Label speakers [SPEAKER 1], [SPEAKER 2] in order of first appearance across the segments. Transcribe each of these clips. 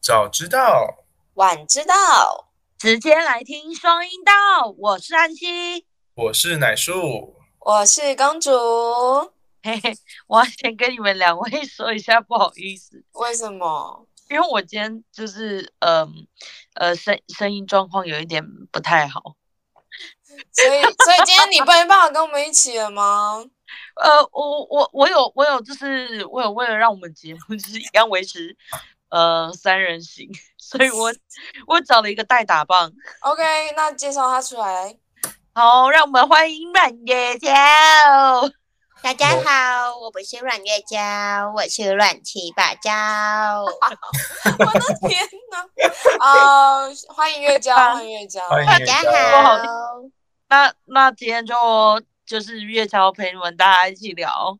[SPEAKER 1] 早知道，
[SPEAKER 2] 晚知道，
[SPEAKER 3] 直接来听双音道，我是安西，
[SPEAKER 1] 我是奶树。
[SPEAKER 2] 我是公主。
[SPEAKER 3] 嘿嘿，我要先跟你们两位说一下，不好意思，
[SPEAKER 2] 为什么？
[SPEAKER 3] 因为我今天就是嗯呃声声音状况有一点不太好，
[SPEAKER 2] 所以，所以今天你没办法跟我们一起了吗？
[SPEAKER 3] 呃，我我我有我有就是我有为了让我们节目就是一样维持呃三人行， 所以我我找了一个代打棒，
[SPEAKER 2] OK，那介绍他出来。
[SPEAKER 3] 好，让我们欢迎阮月娇。
[SPEAKER 4] 大家好，我不是阮月娇，我是乱七八 糟。
[SPEAKER 2] 我的天哪！啊，欢迎月娇，欢迎月娇。呃
[SPEAKER 1] 欢迎
[SPEAKER 4] 大
[SPEAKER 1] 月
[SPEAKER 4] 家
[SPEAKER 1] 娇，
[SPEAKER 4] 好，
[SPEAKER 3] 那那今天就就是月娇陪你们大家一起聊，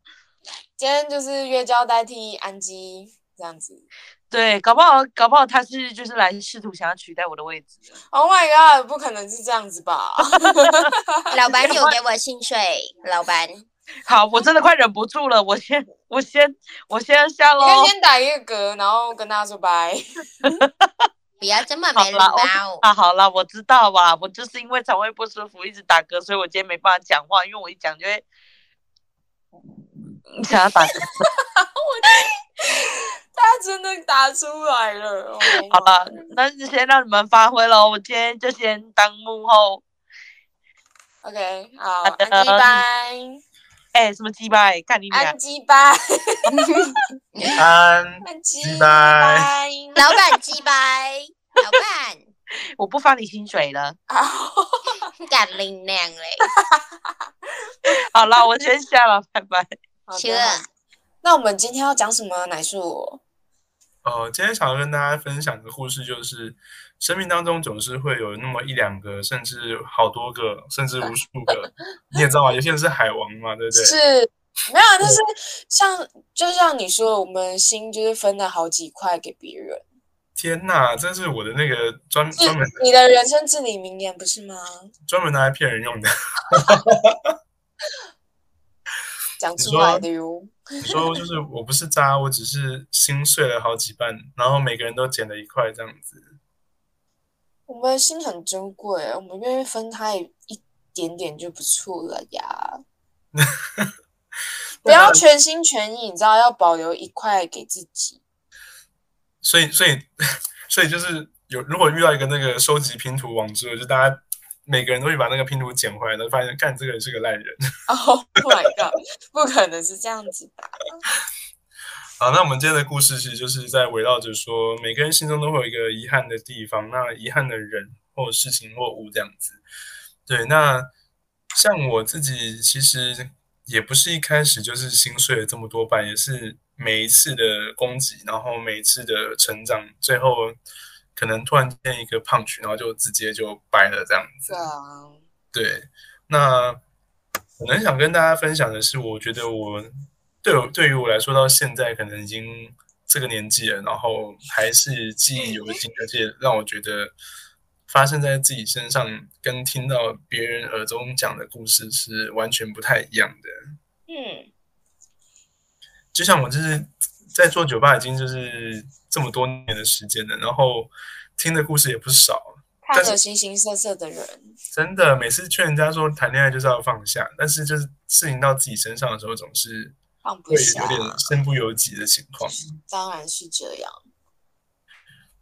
[SPEAKER 2] 今天就是月娇代替安吉这样子。
[SPEAKER 3] 对，搞不好搞不好他是就是来试图想要取代我的位置的，
[SPEAKER 2] Oh my god，不可能是这样子吧？
[SPEAKER 4] 老板有给我薪水，老板。
[SPEAKER 3] 好，我真的快忍不住了，我先我先我先下
[SPEAKER 2] 你
[SPEAKER 3] 喽，
[SPEAKER 2] 可以先打一个嗝，然后跟大家说拜。
[SPEAKER 4] 不要这么
[SPEAKER 3] 好
[SPEAKER 4] 没礼
[SPEAKER 3] 啦
[SPEAKER 4] 貌，
[SPEAKER 3] 啊，好啦，我知道啦，我就是因为肠胃不舒服一直打嗝，所以我今天没办法讲话，因为我一讲 就会想要打嗝。
[SPEAKER 2] 他真的打出来了。Oh my
[SPEAKER 3] 好
[SPEAKER 2] god
[SPEAKER 3] 了，那就先让你们发挥喽，我今天就先当幕后。
[SPEAKER 2] OK，好，
[SPEAKER 3] 好的
[SPEAKER 2] 安吉拜，
[SPEAKER 3] 哎、什么鸡巴？看你俩
[SPEAKER 2] 安，吉拜。
[SPEAKER 1] 安，
[SPEAKER 2] 拜
[SPEAKER 1] 拜拜。
[SPEAKER 4] 老板鸡掰，老板
[SPEAKER 3] 我不发你薪水了。
[SPEAKER 2] 好，
[SPEAKER 4] 敢领量嘞，
[SPEAKER 3] 好了，我先下了，拜拜。
[SPEAKER 2] 好
[SPEAKER 4] 行
[SPEAKER 2] 的。好的那我们今天要讲什么奶树？
[SPEAKER 1] 呃，今天想要跟大家分享的故事就是，生命当中总是会有那么一两个，甚至好多个，甚至无数个。你也知道啊，有些人是海王嘛，对不对？
[SPEAKER 2] 是。没有啊，就是像就像你说的，我们心就是分了好几块给别人，
[SPEAKER 1] 天哪，这是我的那个专
[SPEAKER 2] 是
[SPEAKER 1] 专门
[SPEAKER 2] 你的人生至理名言，不是吗？
[SPEAKER 1] 专门拿来骗人用的。
[SPEAKER 2] 讲
[SPEAKER 1] 你
[SPEAKER 2] 出
[SPEAKER 1] 说啊
[SPEAKER 2] 来的哟。
[SPEAKER 1] 你说就是我不是渣，我只是心碎了好几瓣，然后每个人都捡了一块这样子。
[SPEAKER 2] 我们的心很珍贵，我们愿意分开一点点就不错了 呀。不要全心全意，你知道，要保留一块给自己。
[SPEAKER 1] 所以，所以，所以就是有，如果遇到一个那个收集拼图网之后，就大家每个人都会把那个拼图捡回来，然后发现干这个人是个烂人。
[SPEAKER 2] Oh my god，不可能是这样子吧？
[SPEAKER 1] 好，那我们今天的故事其实就是在围绕着说，每个人心中都会有一个遗憾的地方，那遗憾的人或事情或物这样子。对，那像我自己其实也不是一开始就是心碎了这么多瓣，也是每一次的攻击，然后每一次的成长，最后可能突然间一个 punch，然后就直接就掰了这样子。
[SPEAKER 2] 对啊，
[SPEAKER 1] 对，那可能想跟大家分享的是，我觉得我对我对于我来说，到现在可能已经这个年纪了，然后还是记忆犹新，而且让我觉得发生在自己身上，跟听到别人耳中讲的故事是完全不太一样的。
[SPEAKER 2] 嗯，
[SPEAKER 1] 就像我就是在做酒吧已经就是这么多年的时间了，然后听的故事也不少，
[SPEAKER 2] 看着形形色色的人，
[SPEAKER 1] 真的，每次劝人家说谈恋爱就是要放下，但是就是事情到自己身上的时候，总是
[SPEAKER 2] 放
[SPEAKER 1] 会
[SPEAKER 2] 不下
[SPEAKER 1] 有，点身不由己的情况。
[SPEAKER 2] 当然是这样。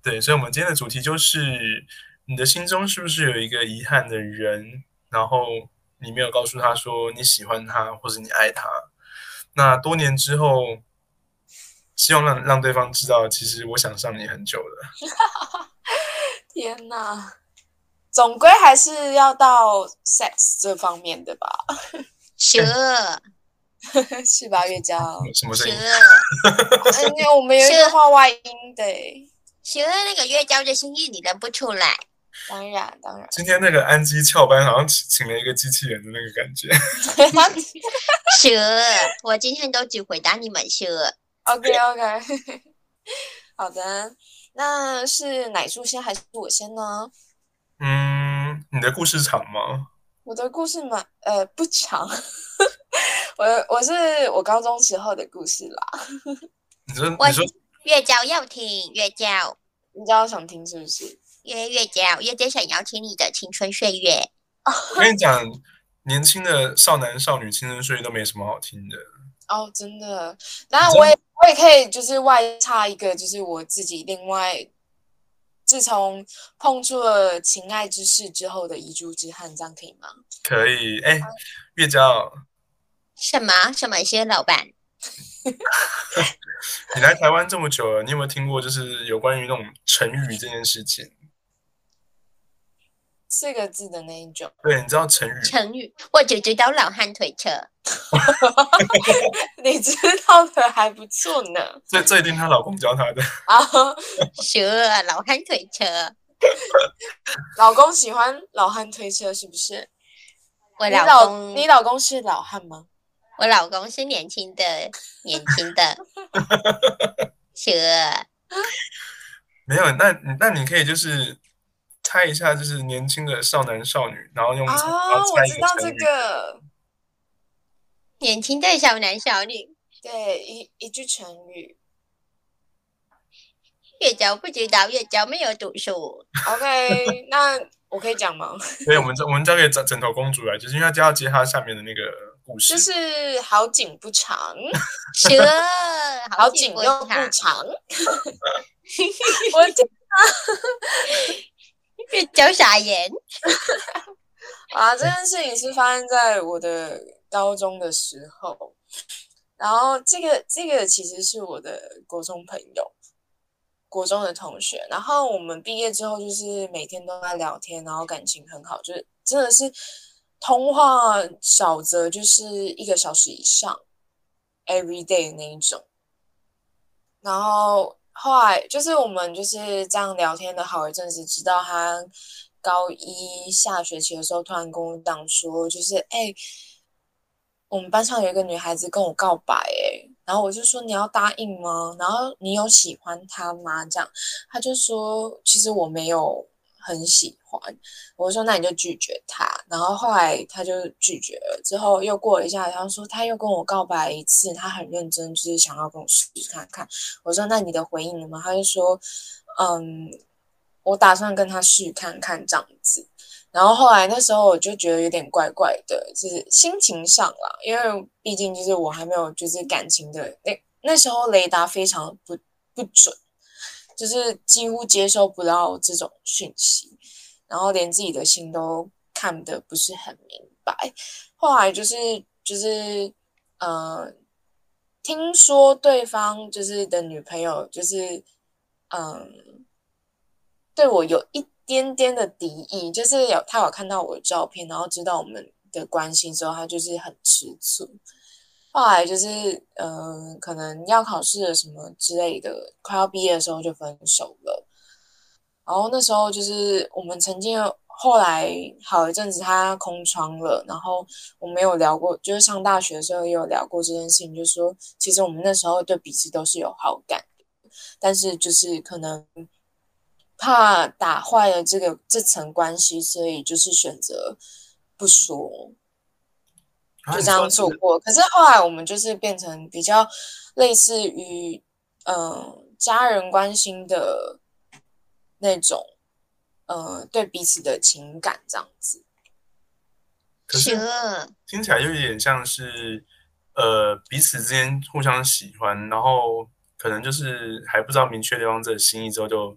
[SPEAKER 1] 对，所以，我们今天的主题就是你的心中是不是有一个遗憾的人，然后你没有告诉他说你喜欢他，或是你爱他。那多年之后，希望让让对方知道，其实我想上你很久了。
[SPEAKER 2] 天哪，总归还是要到 sex 这方面的 吧？
[SPEAKER 4] 蛇
[SPEAKER 2] 是吧，月娇？
[SPEAKER 1] 什么声
[SPEAKER 4] 蛇
[SPEAKER 1] 音？
[SPEAKER 2] 哎，那我们有一句
[SPEAKER 4] 是
[SPEAKER 2] 话外音的，欸
[SPEAKER 4] 蛇，那个月娇的心意你认不出来，
[SPEAKER 2] 当然当然。
[SPEAKER 1] 今天那个安基翘班好像请请了一个机器人的那个感觉。
[SPEAKER 4] 蛇，我今天都只回答你们蛇。
[SPEAKER 2] OK OK，好的，那是奶叔先还是我先呢？
[SPEAKER 1] 嗯，你的故事长吗？
[SPEAKER 2] 我的故事嘛，呃，不长， 我我是我高中时候的故事啦。
[SPEAKER 1] 你说
[SPEAKER 4] 我
[SPEAKER 1] 你说
[SPEAKER 4] 月娇要听，月娇
[SPEAKER 2] 你知道我想听是不是？
[SPEAKER 4] 因为月姐啊，月姐想邀请你的青春岁月。
[SPEAKER 1] 我跟你讲，年轻的少男少女青春岁月都没什么好听的。
[SPEAKER 2] 哦，真的。然后我也我也可以就是外插一个，就是我自己另外，自从碰触了情爱之事之后的遗珠之憾，这样可以吗？
[SPEAKER 1] 可以，哎、月娇，
[SPEAKER 4] 什么什么些老板？
[SPEAKER 1] 你来台湾这么久了，你有没有听过就是有关于那种成语这件事情？
[SPEAKER 2] 四个字的那一种，
[SPEAKER 1] 对，你知道成语
[SPEAKER 4] 成语，我只知道老汉推车。
[SPEAKER 2] 你知道的还不错呢。
[SPEAKER 1] 这这一定她老公教她的。
[SPEAKER 2] 啊，
[SPEAKER 4] 是老汉推车，
[SPEAKER 2] 老公喜欢老汉推车是不是？
[SPEAKER 4] 我
[SPEAKER 2] 你
[SPEAKER 4] 老
[SPEAKER 2] 老
[SPEAKER 4] 公，
[SPEAKER 2] 你老公是老汉吗？
[SPEAKER 4] 我老公是年轻的，年轻的。是
[SPEAKER 1] 没有，那你那你可以就是猜一下，就是年轻的少男少女，然后用然
[SPEAKER 2] 啊，
[SPEAKER 1] 后
[SPEAKER 2] 我
[SPEAKER 1] 猜一
[SPEAKER 2] 知道
[SPEAKER 1] 成
[SPEAKER 2] 这
[SPEAKER 1] 语。
[SPEAKER 2] 个，
[SPEAKER 4] 年轻的小男小女，
[SPEAKER 2] 对，一一句成语。
[SPEAKER 4] 越教不知道，越教没有读书。
[SPEAKER 2] OK，那我可以讲吗？
[SPEAKER 1] 所以我们这我们交给枕枕头公主来，就是因为她就要接她下面的那个故事。
[SPEAKER 2] 就是好景不长，
[SPEAKER 4] 是
[SPEAKER 2] 好
[SPEAKER 4] 景
[SPEAKER 2] 景
[SPEAKER 4] 不
[SPEAKER 2] 又不
[SPEAKER 4] 长，
[SPEAKER 2] 长。 我讲
[SPEAKER 4] 越教傻眼。
[SPEAKER 2] 啊，这件事情是发生在我的高中的时候，然后这个这个其实是我的国中朋友，国中的同学，然后我们毕业之后就是每天都在聊天，然后感情很好，就是真的是通话少则就是一个小时以上，every day 的那一种。然后后来就是我们就是这样聊天的好一阵子，直到他高一下学期的时候，突然跟我讲说，就是哎、我们班上有一个女孩子跟我告白、哎，然后我就说你要答应吗？然后你有喜欢她吗？这样，他就说其实我没有很喜欢。我说那你就拒绝她。然后后来他就拒绝了。之后又过了一下，他说他又跟我告白一次，他很认真，就是想要跟我试试看看。我说那你的回应了吗？他就说嗯，我打算跟他试看看这样子。然后后来那时候我就觉得有点怪怪的，就是心情上啦，因为毕竟就是我还没有就是感情的那那时候雷达非常不不准，就是几乎接收不到这种讯息，然后连自己的心都看得不是很明白。后来就是就是呃，听说对方就是的女朋友就是嗯、对我有一点点的敌意，就是有他有看到我的照片，然后知道我们的关系之后，他就是很吃醋。后来就是，嗯、可能要考试了什么之类的，快要毕业的时候就分手了。然后那时候就是我们曾经有后来好一阵子他空窗了，然后我们有聊过，就是上大学的时候也有聊过这件事情，就说其实我们那时候对彼此都是有好感的，但是就是可能怕打坏了这个这层关系，所以就是选择不说。
[SPEAKER 1] 啊
[SPEAKER 2] 就
[SPEAKER 1] 你
[SPEAKER 2] 这样
[SPEAKER 1] 说
[SPEAKER 2] 做过。可是后来我们就是变成比较类似于嗯、呃家人关心的那种，呃对彼此的情感这样子。
[SPEAKER 1] 可是听起来又有点像是，呃，彼此之间互相喜欢，然后可能就是还不知道明确对方这个心意之后就，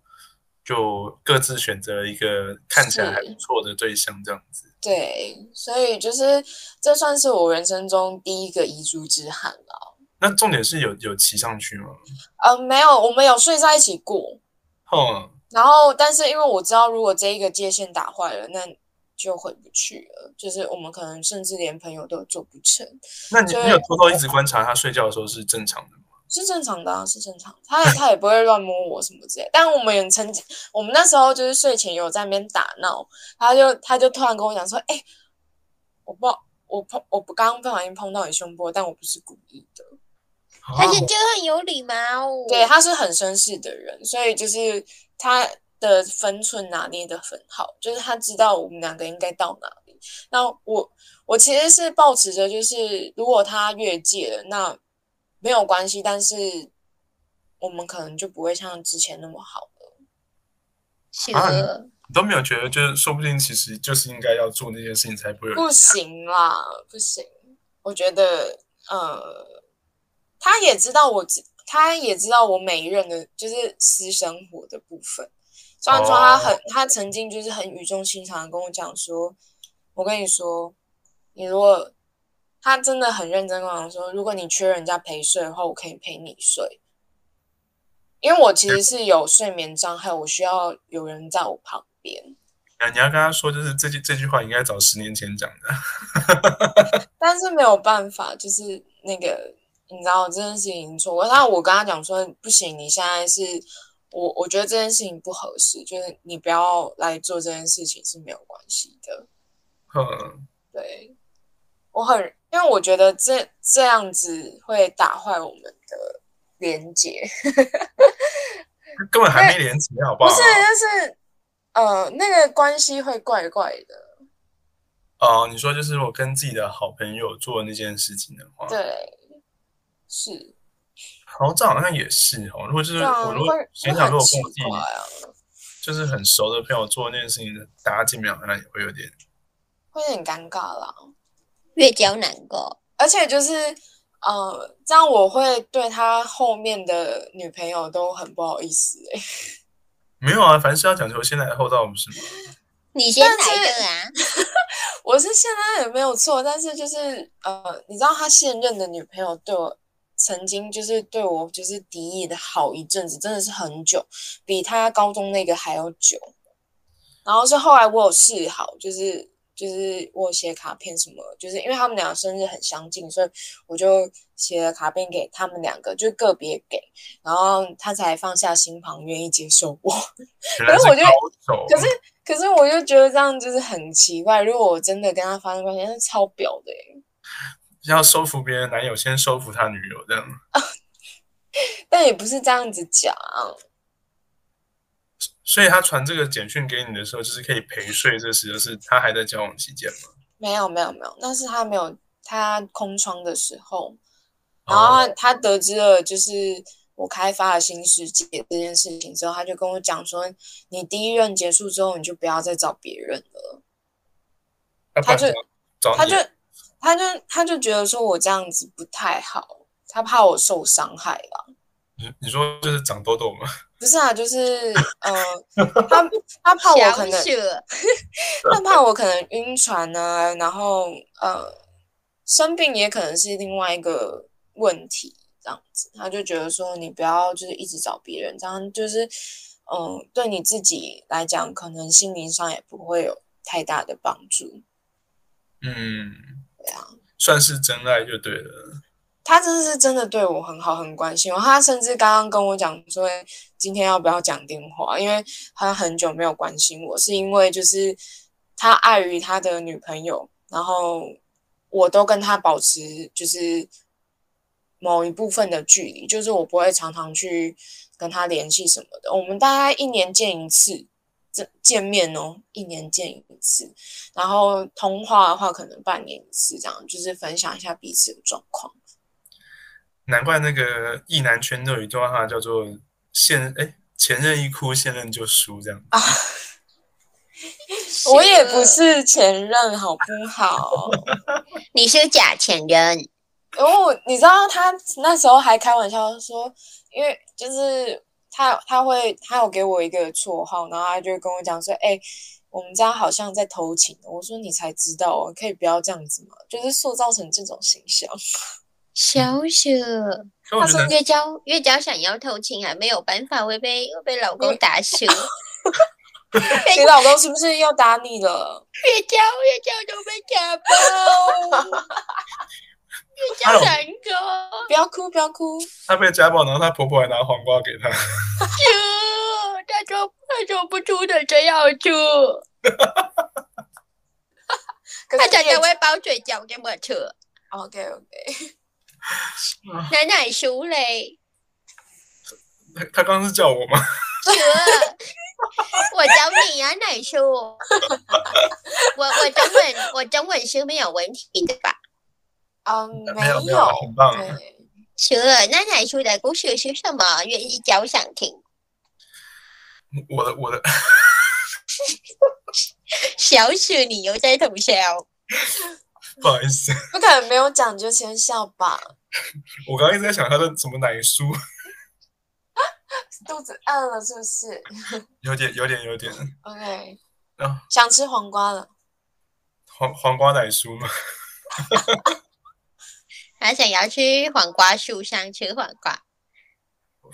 [SPEAKER 1] 就各自选择了一个看起来还不错的对象，这样子。
[SPEAKER 2] 对，所以就是这算是我人生中第一个遗珠之憾了。
[SPEAKER 1] 那重点是有有骑上去吗？
[SPEAKER 2] 呃，没有，我们有睡在一起过。
[SPEAKER 1] 哼，
[SPEAKER 2] 然后，但是因为我知道，如果这一个界限打坏了，那就回不去了。就是我们可能甚至连朋友都做不成。
[SPEAKER 1] 那你
[SPEAKER 2] 对
[SPEAKER 1] 你有偷偷一直观察他睡觉的时候是正常的吗？
[SPEAKER 2] 是正常的、啊，是正常的。他也他也不会乱摸我什么之类。但我们也曾经，我们那时候就是睡前有在那边打闹，他就他就突然跟我讲说：“哎、我不我碰我不刚刚不小心碰到你胸部，但我不是故意的。
[SPEAKER 4] 但是
[SPEAKER 1] 啊
[SPEAKER 4] 就很有礼貌。
[SPEAKER 2] 对，他是很绅士的人，所以就是他的分寸拿捏的很好，就是他知道我们两个应该到哪里。那我我其实是保持着，就是如果他越界了，那没有关系，但是我们可能就不会像之前那么好了。
[SPEAKER 4] 企
[SPEAKER 1] 啊
[SPEAKER 4] 鹅，
[SPEAKER 1] 你都没有觉得，就是说不定其实就是应该要做那件事情才不会有遗
[SPEAKER 2] 不
[SPEAKER 1] 憾
[SPEAKER 2] 行啦，不行。我觉得，呃，他也知道我知，他也知道我每一任的，就是私生活的部分。虽然说他
[SPEAKER 1] 哦
[SPEAKER 2] 很，他曾经就是很语重心长的跟我讲说，我跟你说，你如果他真的很认真跟我讲说，如果你缺人家陪睡的话，我可以陪你睡。因为我其实是有睡眠障碍，我需要有人在我旁边。
[SPEAKER 1] 啊。你要跟他说，就是这句这句话应该早十年前讲的。
[SPEAKER 2] 但是没有办法，就是那个你知道这件事情已经错过。但我跟他讲说，不行，你现在是我，我觉得这件事情不合适，就是你不要来做这件事情是没有关系的。
[SPEAKER 1] 嗯，
[SPEAKER 2] 对我很，因为我觉得这这样子会打坏我们的连接。
[SPEAKER 1] 根本还没连结，好不
[SPEAKER 2] 不
[SPEAKER 1] 好？
[SPEAKER 2] 是，就是呃，那个关系会怪怪的。
[SPEAKER 1] 哦，你说就是我跟自己的好朋友做那件事情的话，
[SPEAKER 2] 对，是，
[SPEAKER 1] 好，这好像也是哦。如果就是
[SPEAKER 2] 对啊，
[SPEAKER 1] 我如果
[SPEAKER 2] 会
[SPEAKER 1] 想
[SPEAKER 2] 会
[SPEAKER 1] 想，如
[SPEAKER 2] 很
[SPEAKER 1] 果
[SPEAKER 2] 奇
[SPEAKER 1] 跟我自己
[SPEAKER 2] 怪啊，
[SPEAKER 1] 就是很熟的朋友做那件事情，大家见面好像也会有点
[SPEAKER 2] 会很尴尬啦。
[SPEAKER 4] 越教难过。
[SPEAKER 2] 而且就是，呃，这样我会对他后面的女朋友都很不好意思、欸。
[SPEAKER 1] 没有啊，凡事要讲求先来后到，不是吗？
[SPEAKER 4] 你先
[SPEAKER 2] 但是
[SPEAKER 4] 来的啊，
[SPEAKER 2] 我是现在也没有错，但是就是，呃，你知道他现任的女朋友对我曾经就是对我就是敌意的好一阵子，真的是很久，比他高中那个还要久。然后是后来我有示好，就是就是我有写卡片什么，就是因为他们俩生日很相近，所以我就写了卡片给他们两个，就个别给，然后他才放下心房，愿意接受我。
[SPEAKER 1] 原来
[SPEAKER 2] 可是我觉得
[SPEAKER 1] 高手，
[SPEAKER 2] 可是可是我就觉得这样就是很奇怪，如果我真的跟他发生关系，那是超婊的耶。
[SPEAKER 1] 要收服别人的男友，先收服他女友，这样
[SPEAKER 2] 但也不是这样子讲，
[SPEAKER 1] 所以他传这个简讯给你的时候，就是可以陪睡，这时就是他还在交往期间嘛。
[SPEAKER 2] 没有没有没有，那是他没有他空窗的时候，然后
[SPEAKER 1] 哦
[SPEAKER 2] 他他得知了就是我开发了新世界这件事情之后，他就跟我讲说，你第一任结束之后，你就不要再找别人了。
[SPEAKER 1] 他
[SPEAKER 2] 他就
[SPEAKER 1] 找你
[SPEAKER 2] 他就他就他就觉得说我这样子不太好，他怕我受伤害啦。
[SPEAKER 1] 你你说就是长痘痘嘛？
[SPEAKER 2] 不是啊，就是呃，他他怕我可能
[SPEAKER 4] 小雪
[SPEAKER 2] 他怕我可能晕船啊，然后呃，生病也可能是另外一个问题，这样子，他就觉得说你不要就是一直找别人，这样就是嗯、呃对你自己来讲，可能心灵上也不会有太大的帮助。
[SPEAKER 1] 嗯，
[SPEAKER 2] 对啊，
[SPEAKER 1] 算是真爱就对了。
[SPEAKER 2] 他真的是真的对我很好，很关心我。哦他甚至刚刚跟我讲说，诶今天要不要讲电话？因为他很久没有关心我，是因为就是他碍于他的女朋友，然后我都跟他保持就是某一部分的距离，就是我不会常常去跟他联系什么的。我们大概一年见一次，这见面哦，一年见一次。然后通话的话，可能半年一次，这样就是分享一下彼此的状况。
[SPEAKER 1] 难怪那个意男圈都有一句话叫做“现哎前任一哭，现任就输”这样。
[SPEAKER 2] 我也不，是前任，好不好？
[SPEAKER 4] 你是假前任，
[SPEAKER 2] 因为我你知道他那时候还开玩笑说，因为就是他他会他有给我一个绰号，然后他就跟我讲说，哎、我们家好像在偷情。我说你才知道哦，可以不要这样子嘛，就是塑造成这种形象。
[SPEAKER 4] 小雪
[SPEAKER 1] 所以我觉得
[SPEAKER 2] 他说
[SPEAKER 4] 月娇月娇想要偷情还没有办法，会被会被老公打死。月
[SPEAKER 2] 你老公是不是又打你了？
[SPEAKER 4] 娇月娇都被家暴，月娇难过，
[SPEAKER 2] 不要哭，不要哭。
[SPEAKER 1] 她被家暴，然后她婆婆还拿黄瓜 给她。
[SPEAKER 4] 就她说她说不出的真要出，
[SPEAKER 2] 可
[SPEAKER 4] 她
[SPEAKER 2] 是
[SPEAKER 4] 常
[SPEAKER 2] 也
[SPEAKER 4] 常会包嘴角给我吃，
[SPEAKER 2] OK OK，
[SPEAKER 4] 奶奶输嘞。
[SPEAKER 1] 她她刚刚是叫我吗？
[SPEAKER 4] 蛇，我找你啊，奶叔。我我中文我中文是没有问题的吧？
[SPEAKER 2] 嗯，
[SPEAKER 1] 没有没有
[SPEAKER 2] 有，，
[SPEAKER 1] 很棒。
[SPEAKER 2] 对。
[SPEAKER 4] 蛇，那奶叔的故事是什么？愿意讲想听。
[SPEAKER 1] 我的我的
[SPEAKER 4] 小雪，你又在偷笑。
[SPEAKER 1] 不好意思，
[SPEAKER 2] 不可能没有讲就先笑吧？
[SPEAKER 1] 我刚刚一直在想他的什么奶酥，
[SPEAKER 2] 肚子饿了是不是
[SPEAKER 1] 有点有点有点
[SPEAKER 2] ？OK，
[SPEAKER 1] 啊，
[SPEAKER 2] 想吃黄瓜了。
[SPEAKER 1] 黄黄瓜奶酥嘛，
[SPEAKER 4] 他想要去黄瓜树上吃黄瓜，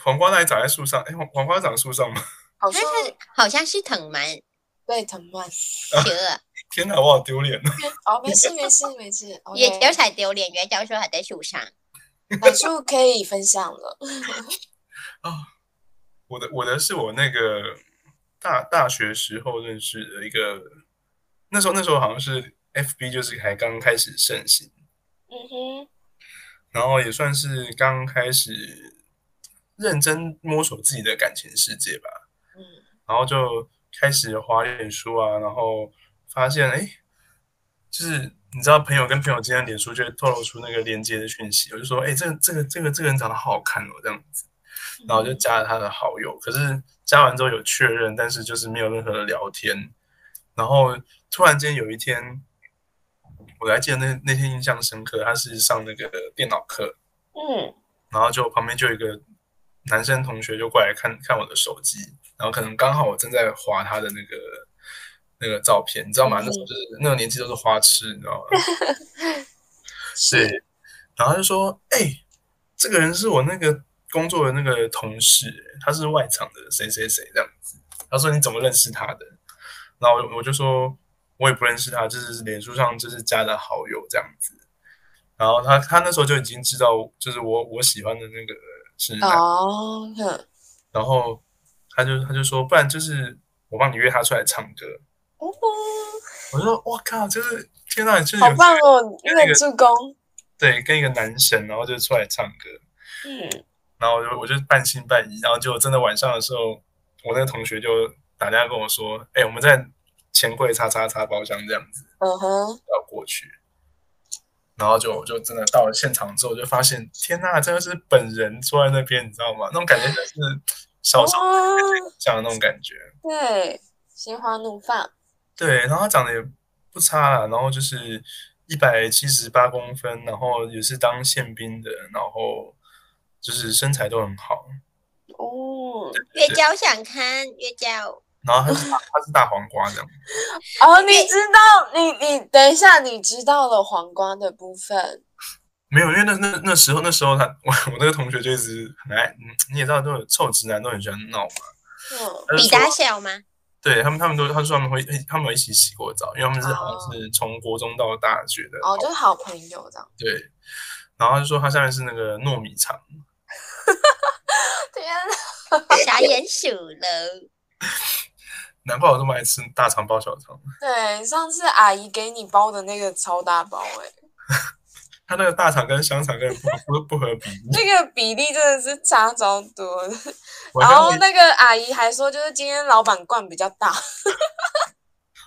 [SPEAKER 1] 黄瓜奶长在树上，哎，黄黄瓜长树上吗？
[SPEAKER 2] 好
[SPEAKER 4] 但
[SPEAKER 2] 像
[SPEAKER 4] 是好像是藤蔓
[SPEAKER 2] 对藤蔓。
[SPEAKER 4] 蛇，啊
[SPEAKER 1] 天哪，我好丢脸哦！
[SPEAKER 2] 哦，没事没事没事。
[SPEAKER 4] 也就
[SPEAKER 2] OK，
[SPEAKER 4] 才丢脸。袁教授还在树上，
[SPEAKER 2] 本书可以分享了。
[SPEAKER 1] 我的我的是我那个大大学时候认识的一个，那时候那时候好像是 FB 就是还刚开始盛行，
[SPEAKER 2] 嗯哼，
[SPEAKER 1] 然后也算是刚开始认真摸索自己的感情世界吧。
[SPEAKER 2] 嗯，
[SPEAKER 1] 然后就开始滑脸书啊，然后发现哎，诶就是你知道朋友跟朋友之间的脸书就会透露出那个连接的讯息，我就说哎，诶这个这个这个这个人长得好好看哦，这样子，然后就加了他的好友，可是加完之后有确认，但是就是没有任何的聊天，然后突然间有一天。我还记得那那天印象深刻，他是上那个电脑课，
[SPEAKER 2] 嗯，
[SPEAKER 1] 然后就旁边就有一个男生同学就过来看看我的手机，然后可能刚好我正在划他的那个那个照片，你知道吗？
[SPEAKER 2] 嗯
[SPEAKER 1] 那时候就是那个年纪都是花痴，你知道吗？对，然后他就说：“哎、这个人是我那个工作的那个同事，他是外场的谁谁谁这样子。”他说：“你怎么认识他的？”然后我就我就说：“我也不认识他，就是脸书上就是加的好友这样子。”然后他他那时候就已经知道，就是我我喜欢的那个是哪
[SPEAKER 2] 哦，哼
[SPEAKER 1] 然后他就他就说，不然就是我帮你约他出来唱歌。
[SPEAKER 2] 哦，
[SPEAKER 1] 我就说，我靠，就是天哪，就是有
[SPEAKER 2] 好棒哦，
[SPEAKER 1] 那
[SPEAKER 2] 那
[SPEAKER 1] 个
[SPEAKER 2] 助攻。
[SPEAKER 1] 对，跟一个男神，然后就出来唱歌。
[SPEAKER 2] 嗯，
[SPEAKER 1] 然后我就我就半信半疑，然后结果真的晚上的时候，我那个同学就打电话跟我说，哎、我们在钱柜叉叉叉包厢这样子
[SPEAKER 2] 嗯哼，
[SPEAKER 1] 要过去。然后就就真的到了现场之后，就发现天呐，真的是本人坐在那边，你知道吗？那种感觉就是小时候
[SPEAKER 2] 哦，
[SPEAKER 1] 像的那种感觉。
[SPEAKER 2] 对，心花怒放。
[SPEAKER 1] 对，然后他长得也不差啦，然后就是一百七十八公分，然后也是当宪兵的，然后就是身材都很好，
[SPEAKER 2] 哦，
[SPEAKER 4] 月娇想看月娇，
[SPEAKER 1] 然后他是大他是大黄瓜这样，
[SPEAKER 2] 哦，你知道，你你等一下，你知道了黄瓜的部分。
[SPEAKER 1] 没有，因为那那那时候那时候他我我那个同学就一直很爱，嗯你也知道，都有臭直男都很喜欢闹嘛，
[SPEAKER 2] 嗯，
[SPEAKER 1] 他就
[SPEAKER 4] 比
[SPEAKER 1] 呃说
[SPEAKER 4] 他小吗？
[SPEAKER 1] 对他们他们都他说他们会他们有一起洗过澡，因为他们是好像是从国中到大学的
[SPEAKER 2] 哦，就是好朋友这样。
[SPEAKER 1] 对，然后他就说他下面是那个糯米肠。
[SPEAKER 2] 天啊，
[SPEAKER 4] 傻眼鼠了，
[SPEAKER 1] 难怪我这么爱吃大肠包小肠，
[SPEAKER 2] 对，上次阿姨给你包的那个超大包、欸，哎，
[SPEAKER 1] 他那个大肠跟香肠根本不不不合比例。
[SPEAKER 2] 那个比例真的是差超多的。
[SPEAKER 1] 我
[SPEAKER 2] 然
[SPEAKER 1] 还
[SPEAKER 2] 后
[SPEAKER 1] 跟
[SPEAKER 2] 那个阿姨还说，就是今天老板罐比较大，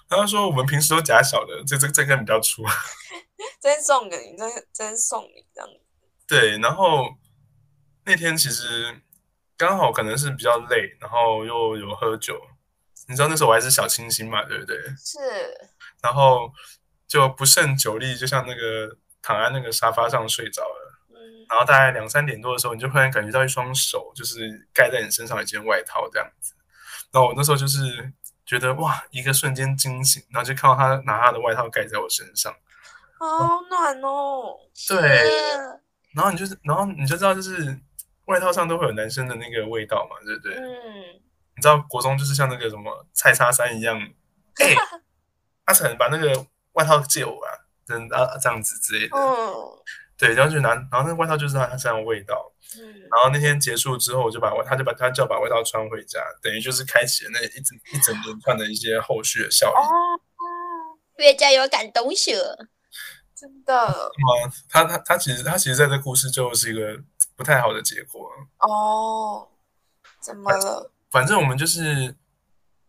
[SPEAKER 1] 他就说我们平时都夹小的，这这这根比较粗。
[SPEAKER 2] 真送给你，真真送你这样。
[SPEAKER 1] 对，然后那天其实刚好可能是比较累，然后又有喝酒，你知道那时候我还是小清新嘛，对不对？
[SPEAKER 2] 是，
[SPEAKER 1] 然后就不胜酒力，就像那个躺在那个沙发上睡着了。
[SPEAKER 2] 嗯，
[SPEAKER 1] 然后大概两三点多的时候，你就忽然感觉到一双手就是盖在你身上一件外套这样子。然后我那时候就是觉得哇，一个瞬间惊醒，然后就看到他拿他的外套盖在我身上。
[SPEAKER 2] 好暖哦。
[SPEAKER 1] 对，然后你就是，然后你就知道，就是外套上都会有男生的那个味道嘛，对不对？
[SPEAKER 2] 嗯，
[SPEAKER 1] 你知道国中就是像那个什么蔡叉三一样，哎、 阿成把那个外套借我啊，真啊这样子之类的，
[SPEAKER 2] 嗯，
[SPEAKER 1] 对，然后就拿，然后那个外套就是他身上的味道。
[SPEAKER 2] 嗯，
[SPEAKER 1] 然后那天结束之后，我就把外，他就把他就把外套穿回家，等于就是开启了那一整一整连串的一些后续的效应。
[SPEAKER 2] 哦，
[SPEAKER 4] 月娇有感动蛇，
[SPEAKER 2] 真的，
[SPEAKER 1] 那么他他他其实他其实在这故事就是一个不太好的结果。啊
[SPEAKER 2] 哦，怎么了？
[SPEAKER 1] 反正我们就是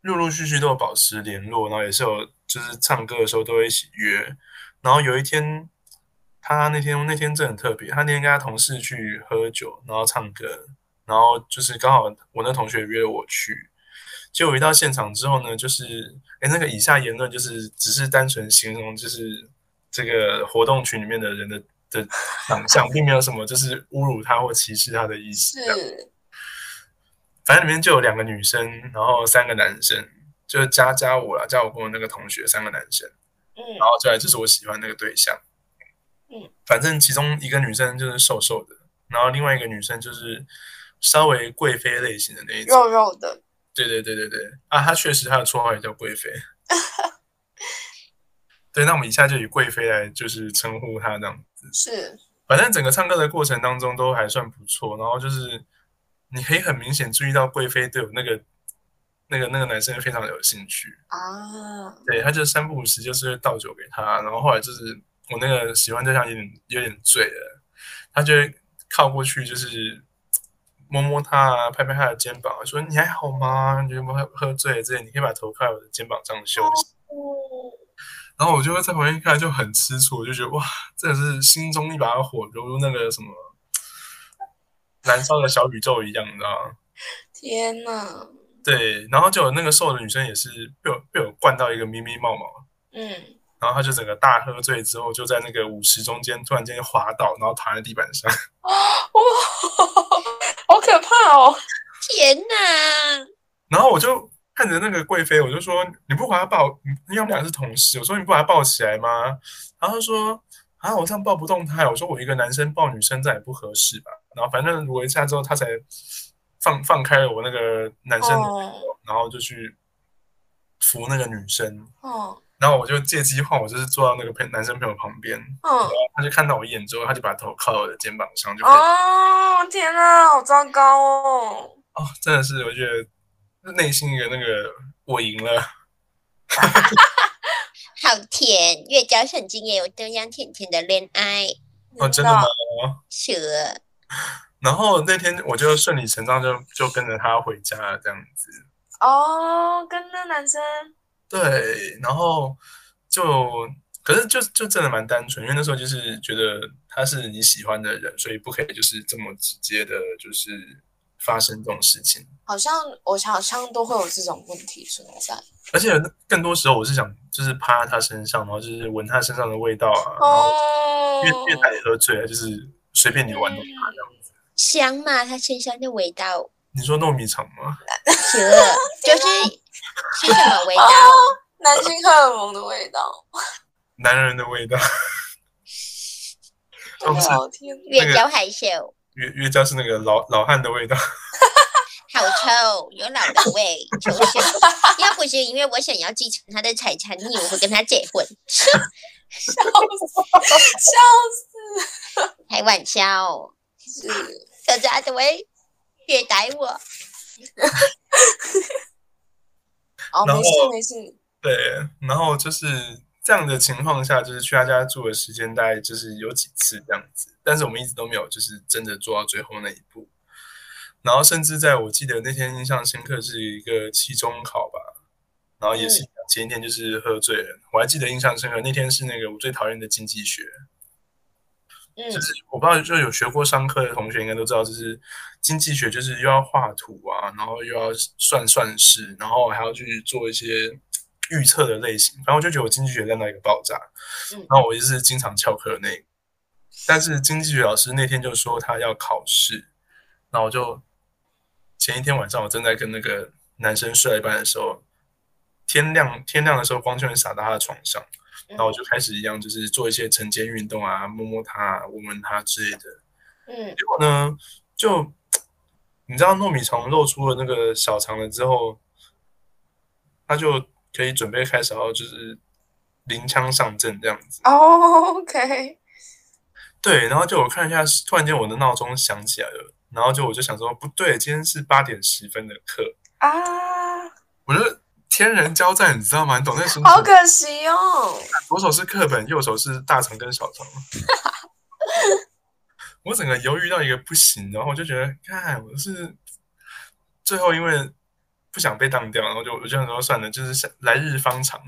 [SPEAKER 1] 陆陆续续都有保持联络，然后也是有就是唱歌的时候都会一起约。然后有一天，他那天那天真的很特别，他那天跟他同事去喝酒，然后唱歌，然后就是刚好我那同学约了我去，结果一到现场之后呢，就是哎，那个以下言论就是只是单纯形容，就是这个活动群里面的人的的长相，并没有什么就是侮辱他或歧视他的意思。这样
[SPEAKER 2] 是
[SPEAKER 1] 反正里面就有两个女生，然后三个男生，就是加加我啦，加我跟我那个同学三个男生，
[SPEAKER 2] 嗯
[SPEAKER 1] 然后再来就是我喜欢那个对象。
[SPEAKER 2] 嗯，
[SPEAKER 1] 反正其中一个女生就是瘦瘦的，然后另外一个女生就是稍微贵妃类型的那一种。
[SPEAKER 2] 肉肉的，
[SPEAKER 1] 对对对对对，啊，她确实她的绰号也叫贵 妃。对，那我们以下就以贵妃来就是称呼她这样子。
[SPEAKER 2] 是
[SPEAKER 1] 反正整个唱歌的过程当中都还算不错，然后就是你可以很明显注意到贵妃对我那个那个那个男生非常有兴趣，
[SPEAKER 2] 啊，
[SPEAKER 1] 对，他就三不五时就是会倒酒给他，然后后来就是我那个喜欢对象有点有点醉了，他就会靠过去就是摸摸他啊，拍拍他的肩膀，说你还好吗？你有没有喝喝醉了之类？你可以把头靠在我的肩膀上休息。然后我就会在旁边看，就很吃醋，我就觉得哇，真的是心中一把火，犹如那个什么燃烧的小宇宙一样，你知道吗？
[SPEAKER 2] 天哪，
[SPEAKER 1] 对，然后就有那个瘦的女生也是被我被我灌到一个咪咪冒冒，
[SPEAKER 2] 嗯，
[SPEAKER 1] 然后她就整个大喝醉之后，就在那个舞池中间突然间滑倒，然后躺在地板上。
[SPEAKER 2] 哇，好可怕哦，
[SPEAKER 4] 天哪！
[SPEAKER 1] 然后我就看着那个贵妃，我就说：“你不把她抱，因为我们俩是同事，我说你不把她抱起来吗？”然后她说：“啊，我这样抱不动她。”我说：“我一个男生抱女生，这样也不合适吧？”然后反正我一下之后，她才放放开了我那个男生的手，
[SPEAKER 2] 哦
[SPEAKER 1] 然后就去扶那个女生。
[SPEAKER 2] 哦，
[SPEAKER 1] 然后我就借机换，我就是坐到那个朋男生朋友旁边，
[SPEAKER 2] 嗯，
[SPEAKER 1] 他就看到我一眼之后，他就把头靠到我的肩膀上，就开始
[SPEAKER 2] 哦，天哪，好糟糕哦。
[SPEAKER 1] 哦，真的是，我觉得内心一个那个我赢了。
[SPEAKER 4] 好甜，月娇曾经也有这样甜甜的恋爱，
[SPEAKER 1] 哦，真的吗？
[SPEAKER 4] 蛇
[SPEAKER 1] 然后那天我就顺理成章就就跟着他回家了这样子。
[SPEAKER 2] 哦，跟那男生，
[SPEAKER 1] 对，然后就可是就就真的蛮单纯，因为那时候就是觉得他是你喜欢的人，所以不可以就是这么直接的，就是发生这种事情。
[SPEAKER 2] 好像我好像都会有这种问题存在。
[SPEAKER 1] 而且更多时候我是想就是趴在他身上，然后就是闻他身上的味道啊，然后
[SPEAKER 2] 哦
[SPEAKER 1] 因为因为他也喝醉了，就是随便你玩
[SPEAKER 2] 嗯
[SPEAKER 1] 弄他这样子。
[SPEAKER 4] 香嘛，它身上的味道，
[SPEAKER 1] 你说糯米肠吗？
[SPEAKER 4] 蛇就是是什么味道？
[SPEAKER 2] 男性荷尔蒙的味道。
[SPEAKER 1] 男人的味道。哦是
[SPEAKER 2] 聊天，
[SPEAKER 4] 月娇害羞，
[SPEAKER 1] 月月娇是那个老老汉的味道，
[SPEAKER 4] 好臭，有老人味，就是 要不是因为我想要继承他的财产，你以为我会跟他结婚？
[SPEAKER 2] 笑死，
[SPEAKER 4] 开玩笑，
[SPEAKER 2] 笑死。
[SPEAKER 4] 可是他怎么会虐待我？
[SPEAKER 2] 哦，
[SPEAKER 1] 然后
[SPEAKER 2] 没事没事，
[SPEAKER 1] 对。然后就是这样的情况下，就是去他家住的时间大概就是有几次这样子，但是我们一直都没有就是真的做到最后那一步。然后甚至在我记得那天印象深刻是一个期中考吧，然后也是前一天就是喝醉了，我还记得印象深刻那天是那个我最讨厌的经济学，
[SPEAKER 2] 嗯
[SPEAKER 1] 就是我不知道，就有学过商科的同学应该都知道，就是经济学就是又要画图啊，然后又要算算式，然后还要去做一些预测的类型。反正我就觉得我经济学烂到一个爆炸，
[SPEAKER 2] 嗯
[SPEAKER 1] 然后我就是经常翘课的那一个。但是经济学老师那天就说他要考试，然后我就前一天晚上我正在跟那个男生睡到一半的时候，天亮天亮的时候光圈洒到他的床上。然后我就开始一样，就是做一些晨间运动啊，摸摸它、闻闻它之类的。
[SPEAKER 2] 嗯
[SPEAKER 1] 结果呢，就你知道糯米肠露出了那个小肠了之后，它就可以准备开始要就是临枪上阵这样子。
[SPEAKER 2] 哦，OK，
[SPEAKER 1] 对，然后就我看一下，突然间我的闹钟响起来了，然后就我就想说，不对，今天是八点十分的课，
[SPEAKER 2] 啊，
[SPEAKER 1] 我就天人交战，你知道吗？你懂那心情吗
[SPEAKER 2] 好可惜哦，
[SPEAKER 1] 左手是课本，右手是大肠跟小肠。我整个犹豫到一个不行，然后我就觉得，看我是最后因为不想被当掉，然后就我就想说算了，就是下来日方长，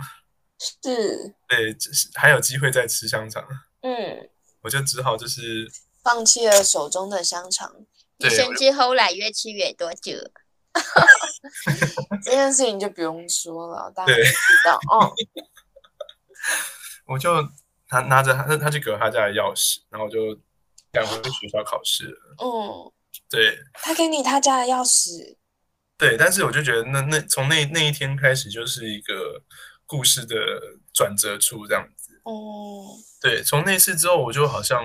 [SPEAKER 2] 是，
[SPEAKER 1] 对，就是还有机会再吃香肠，
[SPEAKER 2] 嗯，
[SPEAKER 1] 我就只好就是
[SPEAKER 2] 放弃了手中的香肠，
[SPEAKER 4] 你
[SPEAKER 1] 对
[SPEAKER 4] 甚至后来越吃越多酒，
[SPEAKER 2] 这件事情就不用说了，大家都
[SPEAKER 1] 对
[SPEAKER 2] 知 道。哦，
[SPEAKER 1] 我就拿拿着他，他他去给我他家的钥匙，然后我就赶回去学校考试了。
[SPEAKER 2] 嗯，
[SPEAKER 1] 对
[SPEAKER 2] 他给你他家的钥匙，
[SPEAKER 1] 对，但是我就觉得那那从那那一天开始就是一个故事的转折处，这样子。
[SPEAKER 2] 嗯，
[SPEAKER 1] 对，从那次之后，我就好像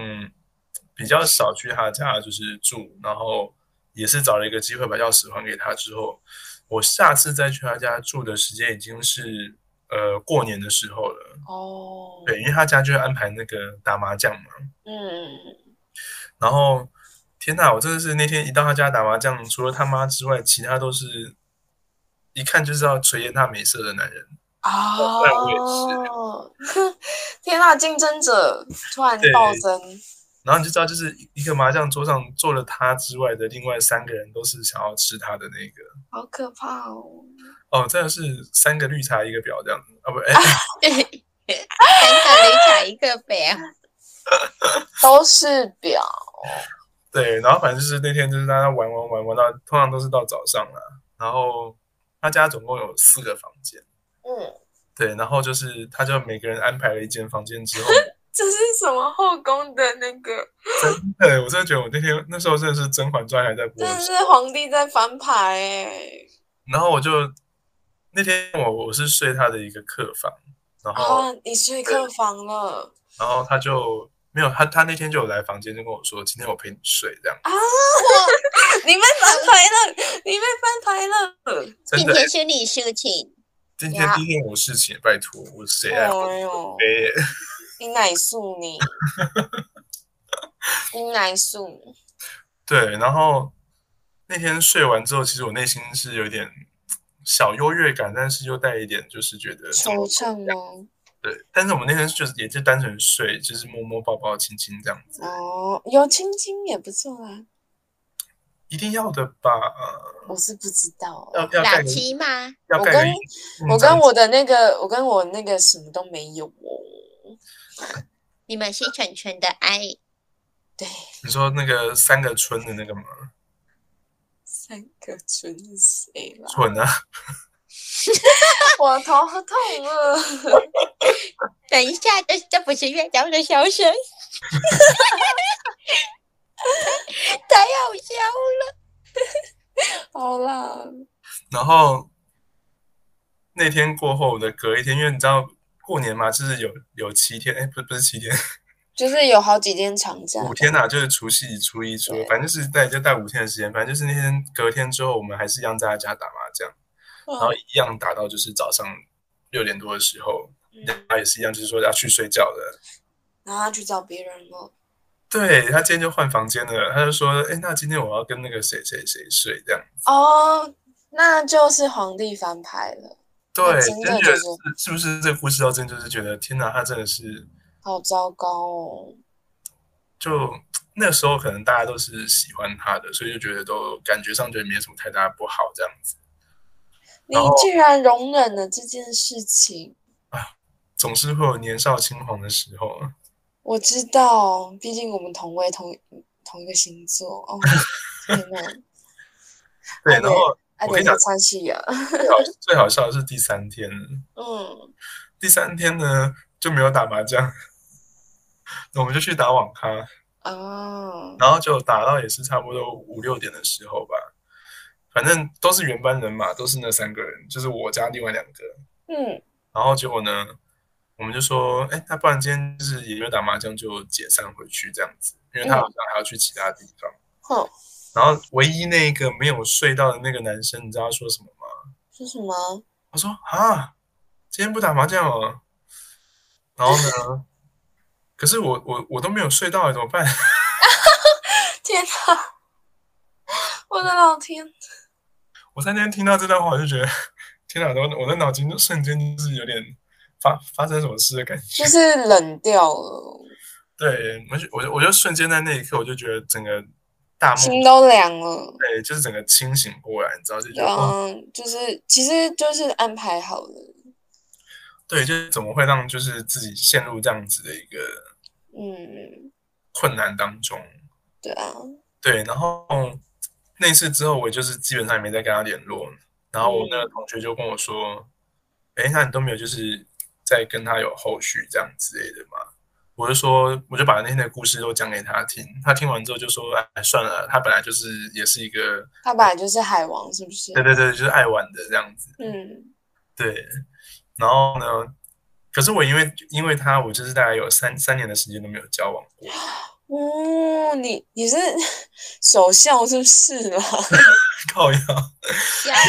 [SPEAKER 1] 比较少去他家，就是住，然后也是找了一个机会把钥匙还给他之后，我下次再去他家住的时间已经是呃过年的时候了。
[SPEAKER 2] 哦，
[SPEAKER 1] 对，因为他家就会安排那个打麻将嘛。
[SPEAKER 2] 嗯，
[SPEAKER 1] 然后天呐，我真的是那天一到他家打麻将，除了他妈之外，其他都是一看就知道垂涎他美色的男人。我也是
[SPEAKER 2] 哦， 天呐，竞争者突然
[SPEAKER 1] 对
[SPEAKER 2] 暴增，
[SPEAKER 1] 然后你就知道，就是一个麻将桌上除了他之外的另外三个人都是想要吃他的那个。
[SPEAKER 2] 好可怕哦！
[SPEAKER 1] 哦，真的是三个绿茶一个表这样子啊，不，哎、
[SPEAKER 4] 三个女仔一个表，
[SPEAKER 2] 都是表，
[SPEAKER 1] 对，然后反正就是那天就是大家玩玩玩玩到，通常都是到早上啦。然后他家总共有四个房间，
[SPEAKER 2] 嗯，
[SPEAKER 1] 对，然后就是他就每个人安排了一间房间之后，
[SPEAKER 2] 这是什么后宫的那个？
[SPEAKER 1] 真的，我真的觉得我那天那时候真的是《甄嬛传》还在播的
[SPEAKER 2] 但
[SPEAKER 1] 时
[SPEAKER 2] 是
[SPEAKER 1] 候，
[SPEAKER 2] 皇帝在翻牌哎，
[SPEAKER 1] 然后我就那天我我是睡他的一个客房，然后、
[SPEAKER 2] 啊，你睡客房了
[SPEAKER 1] 然后他就没有他他那天就有来房间就跟我说，今天我陪你睡这样，
[SPEAKER 2] 啊！你被翻牌了，你被翻牌了！
[SPEAKER 1] 真
[SPEAKER 4] 今
[SPEAKER 1] 的，
[SPEAKER 4] 天是你事情，
[SPEAKER 1] 今天
[SPEAKER 2] 呀
[SPEAKER 1] 第一天我事情，拜托我谁啊来陪
[SPEAKER 2] 哎呦，
[SPEAKER 1] 耶？
[SPEAKER 2] 你奶 素你，你奶素，
[SPEAKER 1] 对，然后那天睡完之后，其实我内心是有点小优越感，但是又带一点就是觉得怎么
[SPEAKER 2] 惆怅吗？
[SPEAKER 1] 对，但是我们那天就是也就单纯睡，就是摸摸抱抱亲亲这样子，
[SPEAKER 2] 哦，有亲亲也不错啊，
[SPEAKER 1] 一定要的吧？呃
[SPEAKER 2] 我是不知道啊、
[SPEAKER 1] 要要盖
[SPEAKER 4] 老
[SPEAKER 1] 个
[SPEAKER 4] 七吗？
[SPEAKER 1] 要
[SPEAKER 2] 我
[SPEAKER 1] 盖
[SPEAKER 2] 跟
[SPEAKER 1] 个印
[SPEAKER 2] 我
[SPEAKER 1] 印章
[SPEAKER 2] 跟我的那个，我跟我那个什么都没有哦。
[SPEAKER 4] 你们是纯纯的爱，
[SPEAKER 2] 对，
[SPEAKER 1] 你说那个三个春的那个吗？
[SPEAKER 2] 三个春是谁啦？
[SPEAKER 1] 蠢啊！
[SPEAKER 2] 我头痛啊了。
[SPEAKER 4] 等一下，这这不是月亮的笑声， 太好笑了。
[SPEAKER 2] 好啦，
[SPEAKER 1] 然后那天过后的隔一天，因为你知道过年嘛，就是有有七天，哎，不是不是七天，
[SPEAKER 2] 就是有好几天长假，
[SPEAKER 1] 五天呐、就是除夕、初一、初二，
[SPEAKER 2] 对
[SPEAKER 1] 反正就是带就带五天的时间，反正就是那天隔天之后，我们还是一样在他家打麻将，然后一样打到就是早上六点多的时候，
[SPEAKER 2] 嗯
[SPEAKER 1] 他也是一样，就是说要去睡觉的。
[SPEAKER 2] 然后他去找别人了。
[SPEAKER 1] 对他今天就换房间了，他就说，哎，那今天我要跟那个谁谁谁睡这样。
[SPEAKER 2] 哦，那就是皇帝翻牌了，
[SPEAKER 1] 对，
[SPEAKER 2] 真的
[SPEAKER 1] 真
[SPEAKER 2] 就
[SPEAKER 1] 觉得
[SPEAKER 2] 是
[SPEAKER 1] 是是不是这个故事到这里就是觉得天哪，他真的是
[SPEAKER 2] 好糟糕哦。
[SPEAKER 1] 就那时候可能大家都是喜欢他的，所以就觉得都感觉上觉得没什么太大的不好这样子，
[SPEAKER 2] 你
[SPEAKER 1] 然后
[SPEAKER 2] 居然容忍了这件事情，
[SPEAKER 1] 总是会有年少轻狂的时候。啊
[SPEAKER 2] 我知道，毕竟我们同为同同一个星座哦。天 哪，
[SPEAKER 1] 对，
[SPEAKER 2] 对
[SPEAKER 1] 然后
[SPEAKER 2] 爱
[SPEAKER 1] 我跟
[SPEAKER 2] 德
[SPEAKER 1] 你讲
[SPEAKER 2] 华三系啊，
[SPEAKER 1] 最好最好笑的是第三天，
[SPEAKER 2] 嗯，
[SPEAKER 1] 第三天呢就没有打麻将， 我们就去打网咖，
[SPEAKER 2] 啊，
[SPEAKER 1] 然后就打到也是差不多五六点的时候吧，反正都是原班人马，都是那三个人，就是我加另外两个。
[SPEAKER 2] 嗯，
[SPEAKER 1] 然后结果呢，我们就说，哎，那不然今天就是也没有打麻将，就解散回去这样子，因为他好像还要去其他地方。
[SPEAKER 2] 哼，
[SPEAKER 1] 然后唯一那个没有睡到的那个男生，你知道他说什么吗？
[SPEAKER 2] 说什么？
[SPEAKER 1] 他说啊，今天不打麻将哦。然后呢，可是我我我都没有睡到，怎么办？
[SPEAKER 2] 天哪，我的老天，
[SPEAKER 1] 我在那天听到这段话，我就觉得，天哪，我的我的脑筋就瞬间就是有点发发生什么事的感觉
[SPEAKER 2] 就。是冷掉了，
[SPEAKER 1] 对，我就我就我就瞬间在那一刻，我就觉得整个大梦
[SPEAKER 2] 心都凉了。
[SPEAKER 1] 对，就是整个清醒过来，你知道就觉得，哦，
[SPEAKER 2] 嗯，就是其实就是安排好了，
[SPEAKER 1] 对，就是怎么会让就是自己陷入这样子的一个
[SPEAKER 2] 嗯，
[SPEAKER 1] 困难当中？
[SPEAKER 2] 对啊，
[SPEAKER 1] 对，然后那次之后，我就是基本上也没再跟他联络。然后我那个同学就跟我说：“哎、那你都没有就是在跟他有后续这样之类的嘛？”我就说，我就把那天的故事都讲给他听。他听完之后就说：“哎，算了，他本来就是也是一个，
[SPEAKER 2] 他本来就是海王，是不是？
[SPEAKER 1] 对对对，就是爱玩的这样子。”
[SPEAKER 2] 嗯，
[SPEAKER 1] 对，然后呢？可是我因为因为他，我就是大概有三三年的时间都没有交往过。
[SPEAKER 2] 哦，你你是首相是不是啦？
[SPEAKER 1] 靠呀，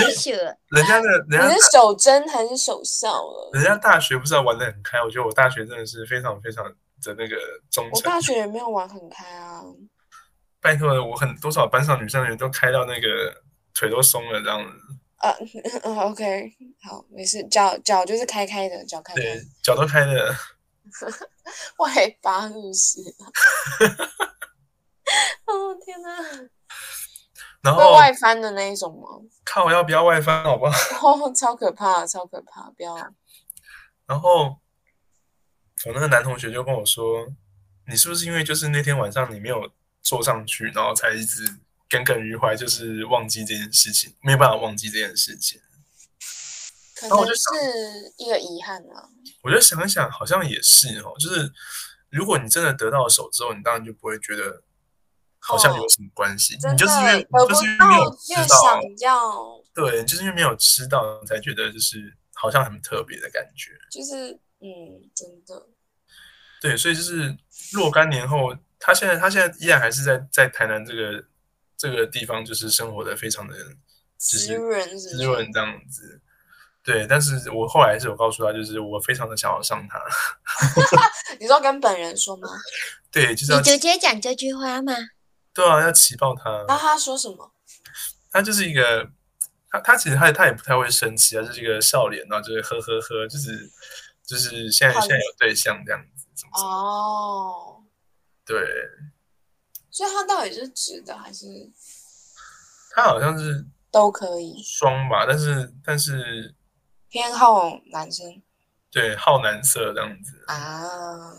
[SPEAKER 4] 要求
[SPEAKER 1] 人家的人家
[SPEAKER 2] 你是手真还是首相了？
[SPEAKER 1] 人家大学不知道玩的很开，我觉得我大学真的是非常非常的那个忠
[SPEAKER 2] 我
[SPEAKER 1] 诚。
[SPEAKER 2] 大学也没有玩很开啊，
[SPEAKER 1] 拜托了，我很多少班上女生的人都开到那个腿都松了这样子，
[SPEAKER 2] 嗯，OK，好，没事，脚脚就是开开的，脚开开
[SPEAKER 1] 对
[SPEAKER 2] 的，，
[SPEAKER 1] 脚都开了。
[SPEAKER 2] 外八是不是？啊 哦天哪，
[SPEAKER 1] 然
[SPEAKER 2] 会
[SPEAKER 1] 后
[SPEAKER 2] 外翻的那一种吗？
[SPEAKER 1] 看我要不要外翻，好不好？
[SPEAKER 2] 哦，超可怕，超可怕！不要，
[SPEAKER 1] 然后我那个男同学就跟我说：“你是不是因为就是那天晚上你没有坐上去，然后才一直耿耿于怀，就是忘记这件事情，没有办法忘记这件事情
[SPEAKER 2] 可
[SPEAKER 1] 那我
[SPEAKER 2] 能
[SPEAKER 1] 就是
[SPEAKER 2] 一个遗憾啊。？”
[SPEAKER 1] 我就想一想，好像也是哦，就是如果你真的得到手之后，你当然就不会觉得好像有什么关系，
[SPEAKER 2] 真
[SPEAKER 1] 你就是因为
[SPEAKER 2] 的呃
[SPEAKER 1] 你
[SPEAKER 2] 得
[SPEAKER 1] 就
[SPEAKER 2] 不
[SPEAKER 1] 是因为没有啊
[SPEAKER 2] 到
[SPEAKER 1] 吃
[SPEAKER 2] 越
[SPEAKER 1] 到
[SPEAKER 2] 想，要，
[SPEAKER 1] 对，就是因为没有吃到，才觉得就是好像很特别的感觉。
[SPEAKER 2] 就是嗯，真的，
[SPEAKER 1] 对，所以就是若干年后，他现在他现在依然还是在在台南这个这个地方，就是生活的非常的
[SPEAKER 2] 滋润是不
[SPEAKER 1] 滋
[SPEAKER 2] 是
[SPEAKER 1] 润这样子。对，但是我后来是有告诉他，就是我非常的想要上他，
[SPEAKER 2] 你知道跟本人说吗？
[SPEAKER 1] 对，就是要
[SPEAKER 4] 你直
[SPEAKER 1] 骑
[SPEAKER 4] 接讲这句话吗？
[SPEAKER 1] 对啊，要骑爆他。
[SPEAKER 2] 然后他说什么？
[SPEAKER 1] 他就是一个，他他其实他他也不太会生气，他就是一个笑脸，然后就是呵呵呵，就是就是现在
[SPEAKER 2] 好
[SPEAKER 1] 现在有对象这样子，什么什么，
[SPEAKER 2] 哦，
[SPEAKER 1] 对
[SPEAKER 2] 所以他到底是直的还是
[SPEAKER 1] 他好像是
[SPEAKER 2] 都可以？
[SPEAKER 1] 双吧，但是但是
[SPEAKER 2] 偏好男生
[SPEAKER 1] 对好男色这样子，
[SPEAKER 2] 啊？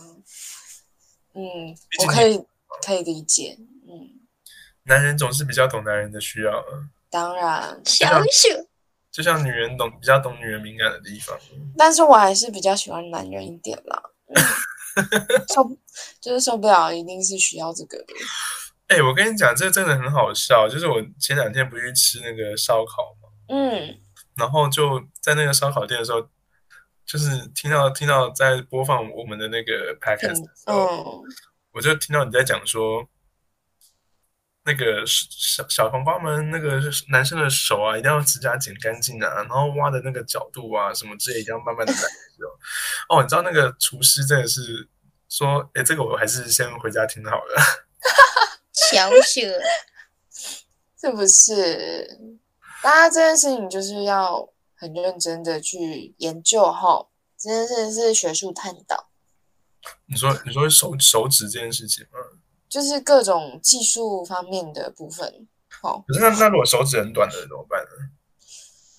[SPEAKER 2] 嗯，
[SPEAKER 1] 毕
[SPEAKER 2] 我
[SPEAKER 1] 竟
[SPEAKER 2] 可以可以理解，嗯，
[SPEAKER 1] 男人总是比较懂男人的需要，
[SPEAKER 2] 当然，
[SPEAKER 4] 小鼠，
[SPEAKER 1] 就像女人懂比较懂女人敏感的地方。
[SPEAKER 2] 但是我还是比较喜欢男人一点啦。嗯受不就是受不了，一定是需要这个的。
[SPEAKER 1] 哎、我跟你讲，这真的很好笑。就是我前两天不是去吃那个烧烤嘛，
[SPEAKER 2] 嗯，
[SPEAKER 1] 然后就在那个烧烤店的时候，就是听到听到在播放我们的那个 podcast 的时候，
[SPEAKER 2] 嗯，
[SPEAKER 1] 我就听到你在讲说，那个小小黄瓜们那个男生的手啊，一定要指甲剪干净啊，然后挖的那个角度啊什么之类，一定要慢慢的来 哦。哦，你知道那个厨师真的是说，哎、这个我还是先回家听好了。
[SPEAKER 4] 小鼠，
[SPEAKER 2] 是不是？大家这件事情就是要很认真的去研究哈，这件事情是学术探讨，
[SPEAKER 1] 你说你说手手指这件事情吗？
[SPEAKER 2] 就是各种技术方面的部分。好，
[SPEAKER 1] 可是那那如果手指很短的人怎么办呢？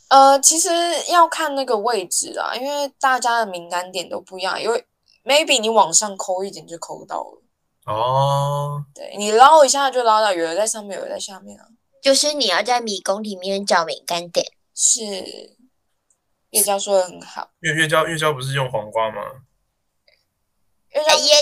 [SPEAKER 2] 呃，其实要看那个位置啊，因为大家的敏感点都不一样，因为 maybe 你往上抠一点就抠到了。
[SPEAKER 1] 哦，
[SPEAKER 2] 对你捞一下就捞到，有的在上面，有的在下面啊。
[SPEAKER 4] 就是你要在迷宫里面找敏感点。
[SPEAKER 2] 是，月娇说的很好，
[SPEAKER 1] 月月娇月娇不是用黄瓜吗？
[SPEAKER 2] 月娇
[SPEAKER 4] 哎，呀，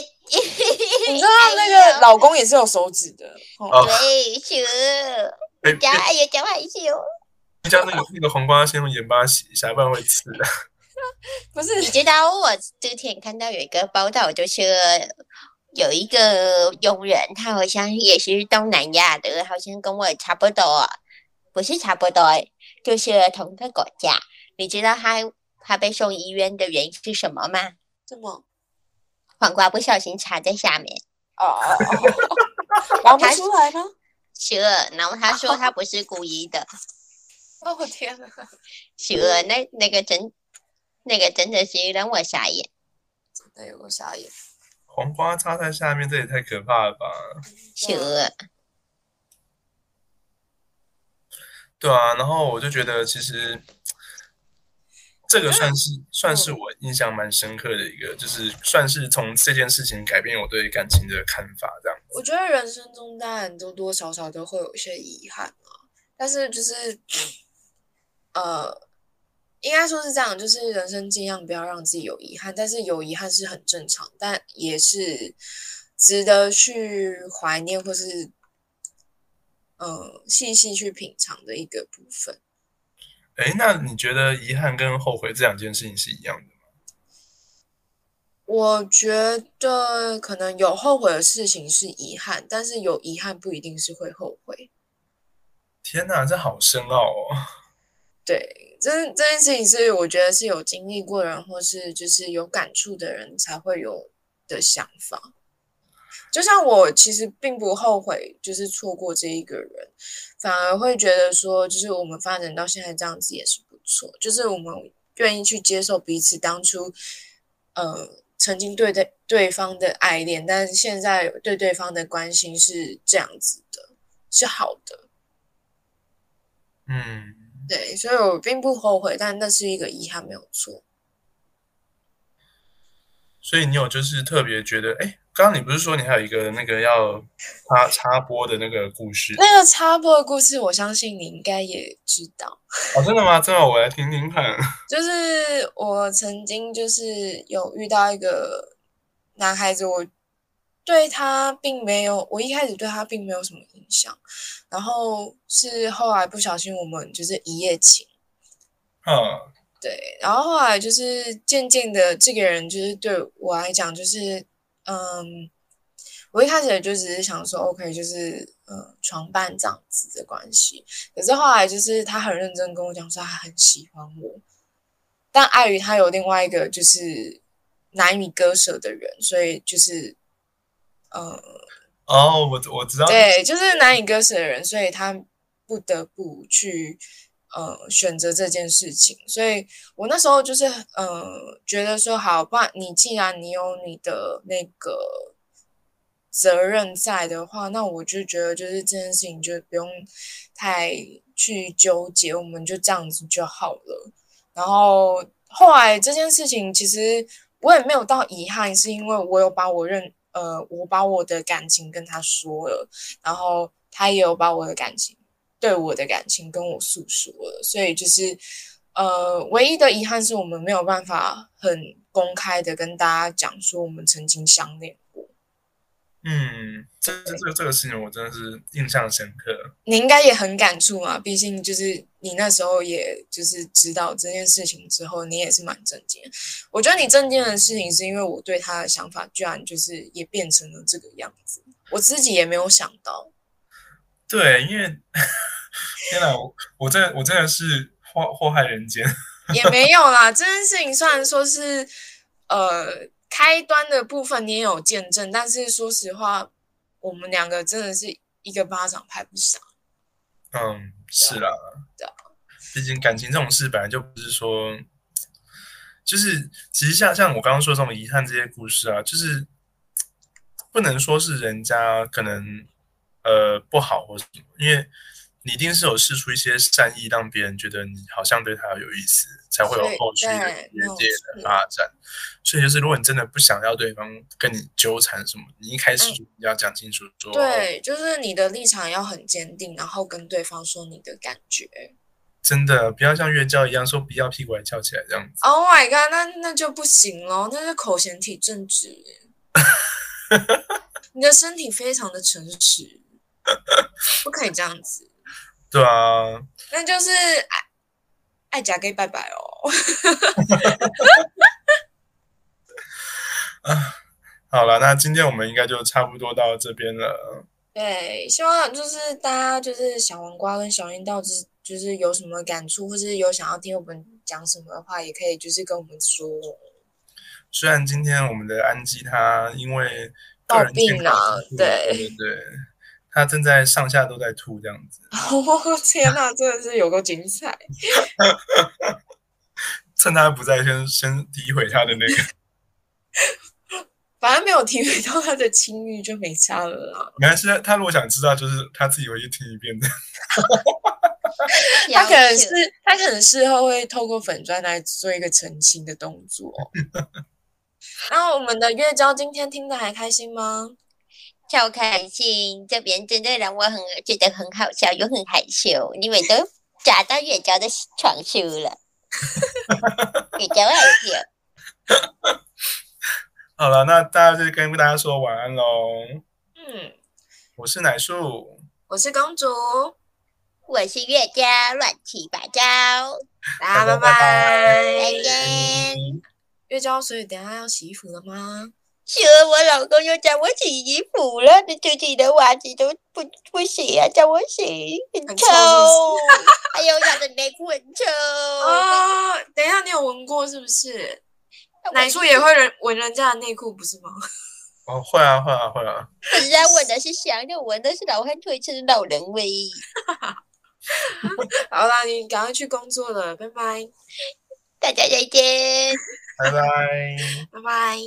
[SPEAKER 2] 你知道那个老公也是有手指的，哦
[SPEAKER 1] 哦
[SPEAKER 4] 对，鼠，
[SPEAKER 1] 哎、
[SPEAKER 4] 讲
[SPEAKER 1] 月
[SPEAKER 4] 话有讲害羞，
[SPEAKER 1] 月娇那个那个黄瓜先用盐巴洗一下，不然会刺 的。
[SPEAKER 2] 不是
[SPEAKER 4] 你知道我之前看到有一个报道，就是有一个佣人，他好像也是东南亚的，好像跟我差不多，不是差不多，就是同个国家。你知道他他被送医院的原因是什么吗？
[SPEAKER 2] 这么
[SPEAKER 4] 黄瓜不小心插在下面，
[SPEAKER 2] 哦哦哦， 玩不出来吗？
[SPEAKER 4] 是，然后他说他不是故意的，
[SPEAKER 2] 哦我天哪，
[SPEAKER 4] 是，那那个真那个真的是让我傻眼。
[SPEAKER 2] 真的有个傻眼。
[SPEAKER 1] 黄瓜插在下面，这也太可怕了吧？
[SPEAKER 2] 嗯
[SPEAKER 4] 是，
[SPEAKER 1] 对啊，然后我就觉得其实这个算是算是我印象蛮深刻的一个，就是算是从这件事情改变我对感情的看法，这样。
[SPEAKER 2] 我觉得人生中当然多多少少都会有一些遗憾啊，但是就是，呃，应该说是这样，就是人生尽量不要让自己有遗憾，但是有遗憾是很正常，但也是值得去怀念或是，呃，细细去品尝的一个部分。
[SPEAKER 1] 哎，那你觉得遗憾跟后悔这两件事情是一样的吗？
[SPEAKER 2] 我觉得可能有后悔的事情是遗憾，但是有遗憾不一定是会后悔。
[SPEAKER 1] 天哪，这好深奥哦！
[SPEAKER 2] 对，这这件事情是我觉得是有经历过的人，或是就是有感触的人才会有的想法。就像我其实并不后悔，就是错过这一个人，反而会觉得说，就是我们发展到现在这样子也是不错，就是我们愿意去接受彼此当初，呃，曾经对待对方的爱恋，但是现在对对方的关心是这样子的，是好的。
[SPEAKER 1] 嗯，
[SPEAKER 2] 对，所以我并不后悔，但那是一个遗憾，没有错。
[SPEAKER 1] 所以你有就是特别觉得，哎，刚刚你不是说你还有一个那个要插插播的那个故事？
[SPEAKER 2] 那个插播的故事，我相信你应该也知道，
[SPEAKER 1] 哦，真的吗？真的，我来听听看。
[SPEAKER 2] 就是我曾经就是有遇到一个男孩子，我对他并没有，我一开始对他并没有什么印象，然后是后来不小心我们就是一夜情。
[SPEAKER 1] 嗯，
[SPEAKER 2] 对，然后后来就是渐渐的，这个人就是对我来讲，就是嗯，我一开始就只是想说，OK，就是呃，床伴这样子的关系。可是后来就是他很认真跟我讲说，他很喜欢我，但碍于他有另外一个就是难以割舍的人，所以就是呃，
[SPEAKER 1] 哦，我我知道，
[SPEAKER 2] 对，就是难以割舍的人，所以他不得不去呃选择这件事情。所以我那时候就是呃觉得说，好，不然你既然你有你的那个责任在的话，那我就觉得就是这件事情就不用太去纠结，我们就这样子就好了。然后后来这件事情其实我也没有到遗憾，是因为我有把我认呃，我把我的感情跟他说了，然后他也有把我的感情对我的感情跟我诉说了，所以就是呃，唯一的遗憾是我们没有办法很公开的跟大家讲说我们曾经相恋过。
[SPEAKER 1] 嗯，这这这这个事情我真的是印象深刻。
[SPEAKER 2] 你应该也很感触嘛，毕竟就是你那时候也就是知道这件事情之后，你也是蛮震惊的。我觉得你震惊的事情是因为我对他的想法居然就是也变成了这个样子，我自己也没有想到。
[SPEAKER 1] 对，因为 天哪，我我真的我真的是祸祸害人间。
[SPEAKER 2] 也没有啦，这件事情虽然说是呃开端的部分你也有见证，但是说实话，我们两个真的是一个巴掌拍不响。
[SPEAKER 1] 嗯，是啦
[SPEAKER 2] 对啊，
[SPEAKER 1] 毕竟感情这种事本来就不是说，就是其实像像我刚刚说的这种遗憾这些故事啊，就是不能说是人家可能呃不好或什么，因为你一定是有试出一些善意，让别人觉得你好像对他有意思，才会有
[SPEAKER 2] 所以
[SPEAKER 1] 后续的
[SPEAKER 2] 对没
[SPEAKER 1] 连
[SPEAKER 2] 有
[SPEAKER 1] 接的发展。所以就是，如果你真的不想要对方跟你纠缠什么，你一开始就要讲清楚说，
[SPEAKER 2] 嗯对，就是你的立场要很坚定，然后跟对方说你的感觉。
[SPEAKER 1] 真的不要像月娇一样说不要屁股还翘起来这样子。
[SPEAKER 2] Oh my god，那那就不行喽，那是口嫌体正 直耶。你的身体非常的诚 实，不可以这样子，
[SPEAKER 1] 对啊，
[SPEAKER 2] 那就是爱爱甲给拜拜哦。
[SPEAKER 1] 好了，那今天我们应该就差不多到这边了。
[SPEAKER 2] 对，希望就是大家就是小黄瓜跟小樱到底就是有什么感触，或是有想要听我们讲什么的话，也可以就是跟我们说。哦
[SPEAKER 1] 虽然今天我们的安吉他因为
[SPEAKER 2] 暴
[SPEAKER 1] 个人健
[SPEAKER 2] 病
[SPEAKER 1] 康
[SPEAKER 2] 啊
[SPEAKER 1] 因素
[SPEAKER 2] 对
[SPEAKER 1] 对对，他正在上下都在吐这样子，
[SPEAKER 2] 哦 天哪，真的是有够精彩！
[SPEAKER 1] 趁他不在先先诋毁他的那 个，
[SPEAKER 2] 反正没有体会到他的情欲就没差了啦。
[SPEAKER 1] 没关系，他他如果想知道，就是他自己回去听一遍的。
[SPEAKER 2] 他可能
[SPEAKER 4] 有
[SPEAKER 2] 是
[SPEAKER 4] 趣
[SPEAKER 2] 他可能事后会透过粉砖来做一个澄清的动 作。那我们的月娇今天听的还开心吗？
[SPEAKER 4] 超开心，这边真的让我很觉得很好笑又很害羞，你们都砸到月娇的床书了，月娇害羞。
[SPEAKER 1] 好了，那大家就跟大家说晚安喽。
[SPEAKER 2] 嗯，
[SPEAKER 1] 我是奶树，
[SPEAKER 2] 我是公主，
[SPEAKER 4] 我是月娇，乱七八糟，
[SPEAKER 1] 大
[SPEAKER 2] 大家
[SPEAKER 1] 家
[SPEAKER 2] 拜
[SPEAKER 1] 拜拜
[SPEAKER 4] 再
[SPEAKER 2] 拜。
[SPEAKER 4] 见。
[SPEAKER 2] 月娇，所以等一下要洗衣服了吗？
[SPEAKER 4] 是啊我老公又叫我洗衣服了，你自己的袜子都不不洗啊，叫我洗，很
[SPEAKER 2] 很
[SPEAKER 4] 臭
[SPEAKER 2] 臭是 不。
[SPEAKER 4] 还有我的内裤很臭，
[SPEAKER 2] 哦，等一下，你有闻过是不是？
[SPEAKER 4] 我
[SPEAKER 2] 奶叔也会人闻人家的内裤不是吗？
[SPEAKER 1] 哦，会啊，会啊，会啊。
[SPEAKER 4] 不知道闻的是香的，闻的是老汉推车的老人味。
[SPEAKER 2] 好啦，你赶快去工作了，拜拜，
[SPEAKER 4] 大家再见。
[SPEAKER 1] 拜拜。
[SPEAKER 2] 拜拜。